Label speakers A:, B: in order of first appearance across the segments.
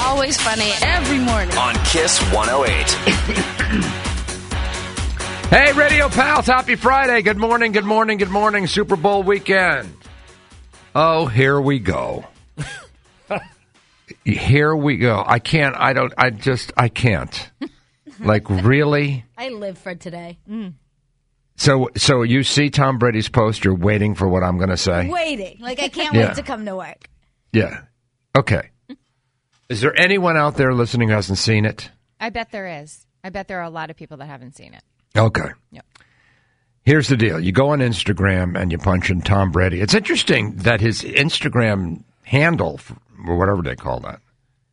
A: always funny every morning.
B: on Kiss 108.
C: Hey, radio pals, happy Friday. Good morning, good morning, good morning, Super Bowl weekend. Oh, here we go. here we go. I can't, I don't, I just, I can't. Like, really?
D: I live for today.
C: So, so you see Tom Brady's post, you're waiting for what I'm going to say?
D: Waiting. Like, I can't
C: Yeah.
D: wait to come to work.
C: Yeah. Okay. Is there anyone out there listening who hasn't seen it?
E: I bet there is. I bet there are a lot of people that haven't seen it.
C: Okay.
E: Yep.
C: Here's the deal. You go on Instagram and you punch in Tom Brady. It's interesting that his Instagram handle, or whatever they call that,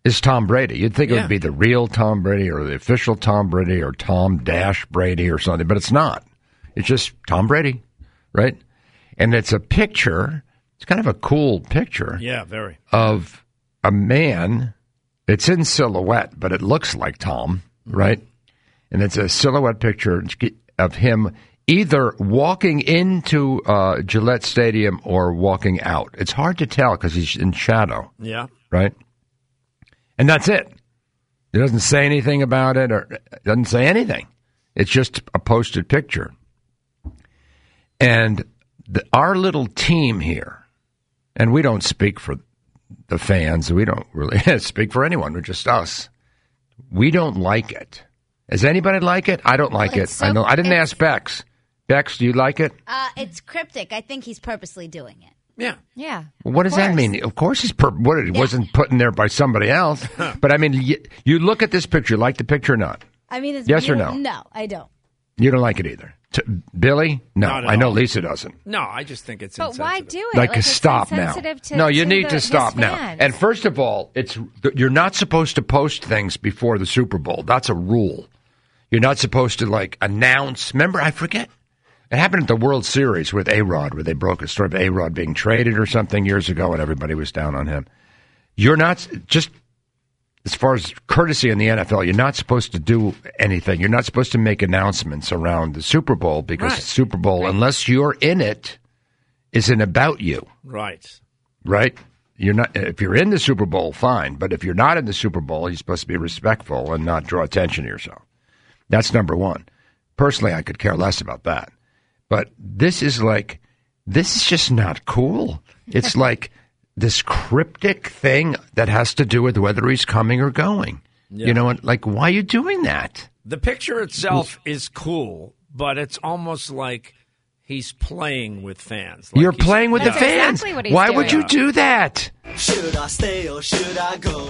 C: is Tom Brady. You'd think it would be the real Tom Brady or the official Tom Brady or Tom Dash Brady or something, but it's not. It's just Tom Brady, right? And it's a picture. It's kind of a cool picture
F: Yeah, very.
C: of a man. It's in silhouette, but it looks like Tom, right? And it's a silhouette picture of him either walking into uh, Gillette Stadium or walking out. It's hard to tell because he's in shadow,
F: Yeah.
C: right? And that's it. It doesn't say anything about it or it doesn't say anything. It's just a posted picture. And the, our little team here, and we don't speak for the fans, we don't really speak for anyone, we're just us. We don't like it. Does anybody like it? I don't like it.
D: it's
C: I
D: so-
C: know I didn't
D: it's-
C: ask Bex. Bex, do you like it?
D: Uh, it's cryptic. I think he's purposely doing it.
F: Yeah.
E: Yeah.
C: Well, What does that mean? Of course, it's per- what it wasn't put in there by somebody else. but I mean, you, you look at this picture, like the picture or not?
D: I mean, it's
C: Yes or
D: beautiful-
C: no?
D: No, I don't.
C: You don't like it either, T- Billy? No,
F: Not at
C: I know
F: all.
C: Lisa doesn't.
F: No, I just think it's.
E: But why
F: insensitive.
E: do it?
C: Like,
E: it's
C: stop now.
E: insensitive To,
C: no, you
E: to
C: need
E: the-
C: to
E: his
C: stop now.
E: fans.
C: And first of all, it's you're not supposed to post things before the Super Bowl. That's a rule. You're not supposed to like announce. Remember, I forget. It happened at the World Series with A Rod, where they broke a story of A Rod being traded or something years ago, and everybody was down on him. You're not just as far as courtesy in the NFL. You're not supposed to do anything. You're not supposed to make announcements around the Super Bowl because
F: Right.
C: the Super Bowl, unless you're in it, isn't about you
F: Right.
C: right? You're not if you're in the Super Bowl, fine. But if you're not in the Super Bowl, you're supposed to be respectful and not draw attention to yourself. That's number one. Personally, I could care less about that. But this is like this is just not cool. It's like this cryptic thing that has to do with whether he's coming or going. You know, and like why are you doing that?
F: The picture itself is cool, but it's almost like he's playing with fans. Like
C: you're
F: he's-
C: playing with
E: That's
C: the fans.
E: exactly what he's
C: why would
E: doing.
C: you do that?
G: Should I stay or should I go?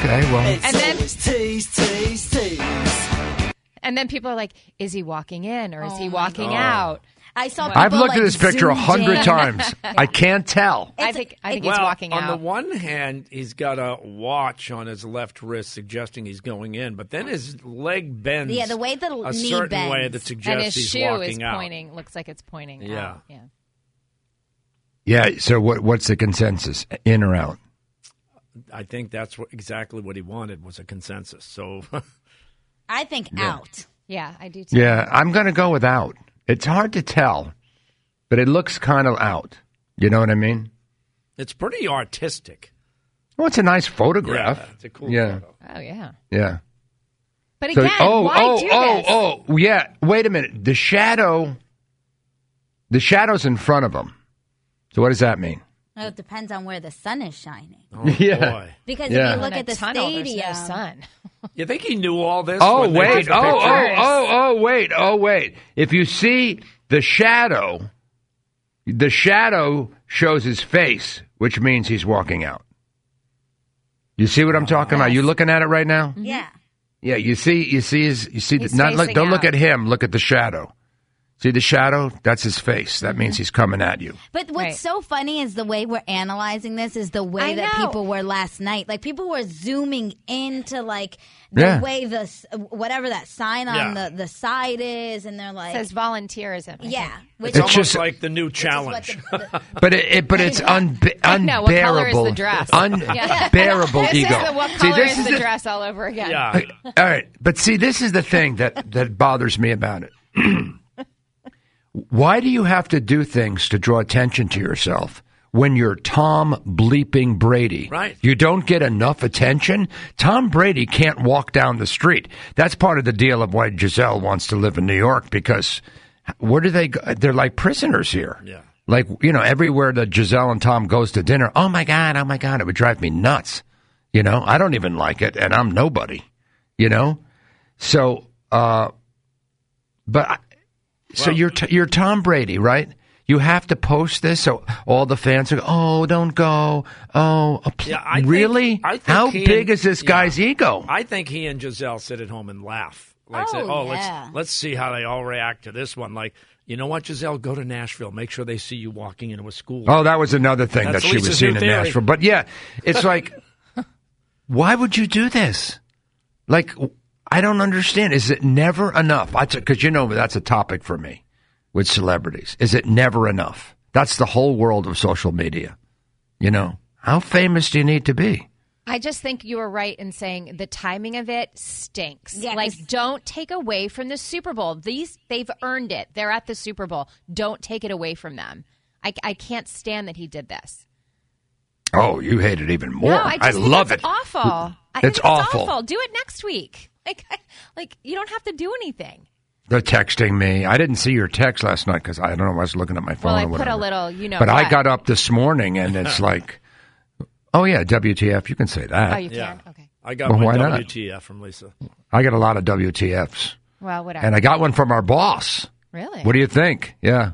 C: Okay, well,
G: It's
E: And then-
G: always tease, tease, tease.
E: And then people are like, is he walking in or is
D: Oh
E: he walking out?
D: I saw.
C: I've
D: people,
C: looked
D: like,
C: at this picture a
D: zoomed
C: hundred
D: in.
C: times. I can't tell.
E: I
D: It's-
E: think I think
D: it-
E: he's
F: Well,
E: walking
F: on
E: out.
F: the one hand, he's got a watch on his left wrist suggesting he's going in, but then his leg bends.
D: Yeah, the way the
F: a
D: knee
F: certain
D: bends.
F: way
D: And
F: that
D: his
E: and
F: suggests
E: his
F: he's
E: shoe
F: walking
E: is
F: out.
E: pointing. Looks like it's pointing.
F: Yeah.
E: Out. Yeah.
C: Yeah. So what? What's the consensus? In or out?
F: I think that's what, exactly what he wanted was a consensus. So
D: I think out.
E: Yeah. I do too.
C: Yeah, I'm going to go with out. It's hard to tell, but it looks kind of out. You know what I mean?
F: it's pretty artistic.
C: Well, it's a nice photograph.
F: Yeah, it's a cool
C: Yeah,
F: photo.
E: Oh yeah.
C: yeah.
E: But
C: So,
E: again,
C: oh,
E: why
C: oh,
E: do
C: oh,
E: this?
C: oh, yeah. Wait a minute. The shadow. The shadow's in front of him. So what does that mean?
D: Well, it depends on where the sun is shining.
F: Oh,
C: Yeah.
F: boy.
D: Because
C: Yeah.
D: if you
E: In
D: look
E: a
D: at the
E: tunnel, there's
D: stadium,
E: No sun.
F: You think he knew all this?
C: Oh
F: when they
C: wait!
F: took
C: Oh
F: the
C: oh
F: picture?
C: oh oh wait! Oh wait! If you see the shadow, the shadow shows his face, which means he's walking out. You see what I'm talking about? You looking at it right now?
D: yeah,
C: Yeah. You see? You see his? You see? The,
E: He's
C: not look.
E: facing
C: Don't look at
E: out.
C: him. Look at the shadow. See the shadow? That's his face. That means he's coming at you.
D: but what's
E: Right.
D: so funny is the way we're analyzing this is the way
E: I
D: that
E: know.
D: people were last night. Like people were zooming into like the
C: Yeah.
D: way the s- whatever that sign on
F: Yeah.
D: the the side is, and they're like,
E: It says volunteerism. I
D: yeah,
E: think.
D: which
F: It's,
C: It's
F: almost
C: just-
F: like the new
D: which is what
F: challenge.
D: the- the-
C: But it, it but it's unbe-
E: I know, what color is the
C: unbearable.
E: dress?
C: Unbearable
E: This
C: ego.
E: is the what
C: See,
E: color
C: this
E: is the
C: the-
E: dress all over again.
F: yeah.
C: All right, but see, this is the thing that that bothers me about it. Why do you have to do things to draw attention to yourself when you're Tom bleeping Brady.
F: Right.
C: You don't get enough attention. Tom Brady can't walk down the street. That's part of the deal of why Giselle wants to live in New York because where do they go? They're like prisoners here.
F: Yeah.
C: Like, you know, everywhere that Giselle and Tom goes to dinner, oh my God, oh my God, it would drive me nuts. You know, I don't even like it and I'm nobody, you know? So, uh, but I, so you're t- you're Tom Brady, right? You have to post this so all the fans are. Oh, don't go. Oh, a pl-
F: Yeah, I think-
C: really?
F: I think
C: How
F: he-
C: big is this
F: yeah.
C: guy's ego?
F: I think he and Giselle sit at home and laugh. Like,
D: Oh,
F: say, oh
D: yeah.
F: let's let's see how they all react to this one. Like, you know what, Giselle, go to Nashville. Make sure they see you walking into a school.
C: oh, that was another thing that
F: That's
C: she
F: Lisa's
C: was seen
F: new
C: in
F: theory.
C: Nashville. But yeah, it's like, why would you do this? Like, w- I don't understand. Is it never enough? Because you know that's a topic for me with celebrities. Is it never enough? That's the whole world of social media. You know, how famous do you need to be?
E: I just think you were right in saying the timing of it stinks.
D: Yeah,
E: like,
D: 'cause-
E: don't take away from the Super Bowl. These they've earned it. They're at the Super Bowl. Don't take it away from them. I, I can't stand that he did this.
C: Oh, you hate it even more.
E: No, I, just think
C: love
E: it's
C: it.
E: Awful. I think
C: It's awful.
E: Do it next week. Like, I, like you don't have to do anything.
C: They're texting me. I didn't see your text last night because I don't know. I was looking at my phone.
E: Well, I
C: or
E: put a
C: whatever.
E: little, you know
C: But I
E: Oh, what.
C: got up this morning and it's like, oh yeah, WTF. You can say that.
E: Oh, you
F: Yeah.
E: can. Okay.
F: I got
C: Well,
F: my
C: why not?
F: WTF from Lisa.
C: I got a lot of WTFs,
E: Well, whatever.
C: and I got one from our boss.
E: really? Hmm.
C: What do you think? Yeah,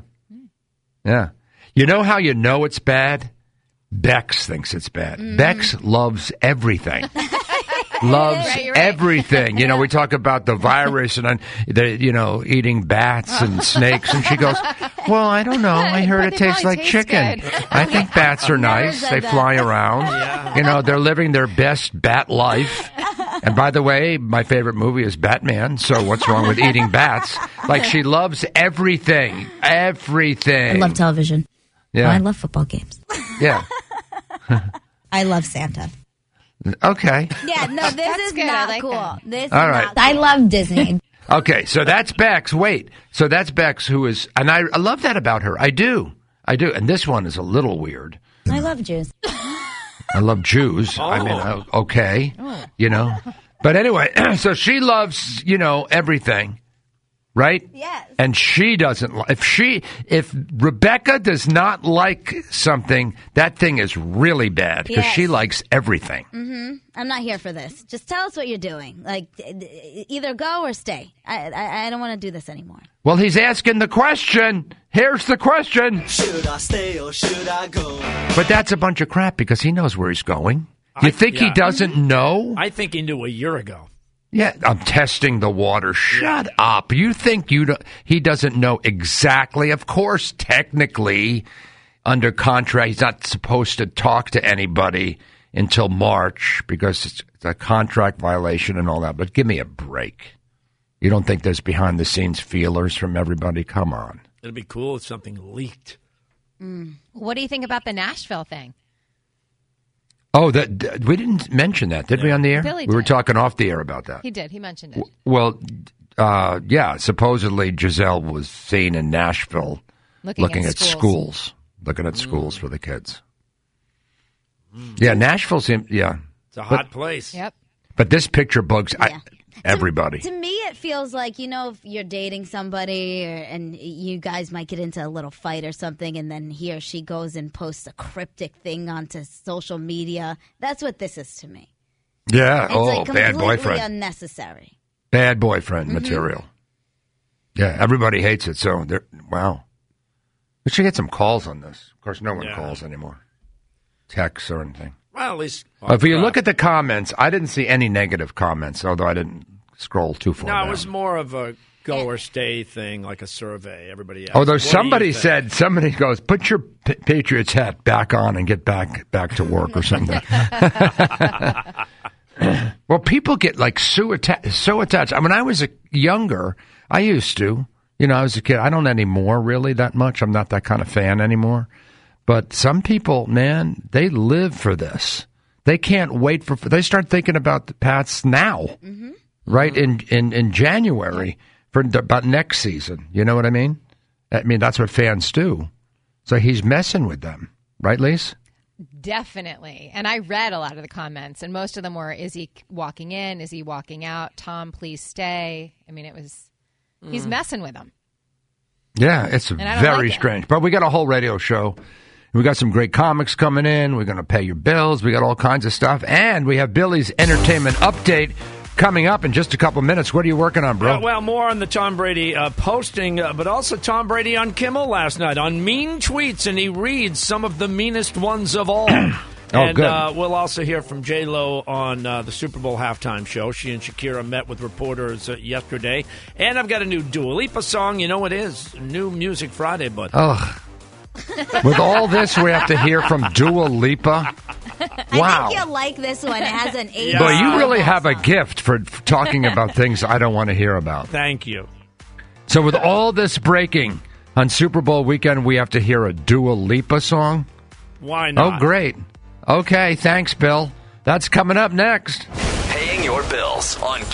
C: yeah. You know how you know it's bad? Bex thinks it's bad.
E: Hmm.
C: Bex loves everything. loves
E: Right, right.
C: everything. You know, we talk about the virus and uh, the, you know eating bats and snakes, and she goes, "Well, I don't know. I heard
E: But
C: it
E: they
C: tastes
E: probably
C: like
E: taste
C: chicken.
E: good."
C: I think bats are nice.
D: said
C: They
D: that.
C: fly around. You know, they're living their best bat life." And by the way, my favorite movie is Batman. So what's wrong with eating bats? Like she loves everything, everything.
H: I love television.
C: yeah,
H: I love football games.
C: yeah.
H: I love Santa.
C: Okay,
D: Yeah, no, this is
E: good. I
D: not
E: like
D: cool.
E: that.
D: This
C: All
D: is
C: right.
D: not
H: I love Disney.
C: Okay, so that's Bex. Wait, so that's Bex, who is, and I, I love that about her. I do, I do. And this one is a little weird.
H: I love Jews.
C: I love Jews. I mean,
F: Oh.
C: I- okay, you know. But anyway, so she loves, you know, everything, right?
D: Yes.
C: And she doesn't. Li- if she, if Rebecca does not like something, that thing is really bad because
D: Yes.
C: she likes everything.
D: I'm not here for this. Just tell us what you're doing. Like, d- d- either go or stay. I I, I don't want to do this anymore.
C: Well, he's asking the question. Here's the question.
G: Should I stay or should I go?
C: But that's a bunch of crap because he knows where he's going. You
F: I-
C: think he
F: yeah.
C: doesn't know?
F: I think he knew a year ago.
C: Yeah, I'm testing the water. Shut up. You think you do, he doesn't know exactly? Of course, technically, under contract, he's not supposed to talk to anybody until March because it's, it's a contract violation and all that. But give me a break. You don't think there's behind the scenes feelers from everybody? Come on.
F: It'd be cool if something leaked.
E: What do you think about the Nashville thing?
C: Oh, that th- we didn't mention that, did we? On the air,
E: Billy
C: we were
E: did.
C: talking off the air about that.
E: He did. He mentioned it.
C: Well, uh, yeah, supposedly Giselle was seen in Nashville
E: Looking, at, schools.
C: schools. looking at schools for the kids. Yeah, Nashville seemed, yeah.
F: It's a hot place.
E: Yep.
C: But this picture bugs
D: Yeah.
C: I, everybody.
D: To me, it feels like you know if you're dating somebody, or, and you guys might get into a little fight or something, and then he or she goes and posts a cryptic thing onto social media. That's what this is to me.
C: yeah,
D: It's
C: oh,
D: like
C: bad
D: completely
C: boyfriend.
D: unnecessary.
C: bad boyfriend material. Yeah, everybody hates it, so they're, wow. We should get some calls on this. Of course, no one
F: Yeah.
C: calls anymore, texts or anything.
F: Well, at least
C: if you look at the comments, I didn't see any negative comments, although I didn't scroll too far.
F: no,
C: down.
F: it was more of a go or stay thing, like a survey. Everybody. Asked,
C: Although
F: "What do you
C: somebody
F: think?"
C: said, somebody goes, put your P- Patriots hat back on and get back back to work or something. well, people get like so, atta- so attached. I mean, I was a, younger. I used to, you know, I was a kid. I don't anymore really that much. I'm not that kind of fan anymore. But some people, man, they live for this. They can't wait for. They start thinking about the Pats now,
F: Mm-hmm.
C: right in in in January for the, about next season. You know what I mean? I mean, that's what fans do. So he's messing with them, Right, Lise?
E: Definitely. And I read a lot of the comments, and most of them were Is he walking in? Is he walking out? Tom, please stay. I mean, it was, he's messing with them.
C: Yeah, it's
E: I don't
C: very
E: like it.
C: strange. But we got a whole radio show. We got some great comics coming in. We're going to pay your bills. We got all kinds of stuff. And we have Billy's entertainment update coming up in just a couple minutes. What are you working on, bro?
F: Uh, well, more on the Tom Brady uh, posting, uh, but also Tom Brady on Kimmel last night on mean tweets, and he reads some of the meanest ones of all. and
C: Oh, good.
F: Uh, we'll also hear from J Lo on uh, the Super Bowl halftime show. She and Shakira met with reporters uh, yesterday, and I've got a new Dua Lipa song. You know what it is? New Music Friday, but
C: Ugh. With all this, we have to hear from Dua Lipa.
D: I
C: Wow.
D: think you'll like this one. It has an eight.
C: Boy, you really have a gift for for talking about things I don't want to hear about.
F: thank you.
C: So, with all this breaking on Super Bowl weekend, we have to hear a Dua Lipa song?
F: Why
C: Oh,
F: not?
C: great. Okay, thanks, Bill. That's coming up next.
B: Paying your bills on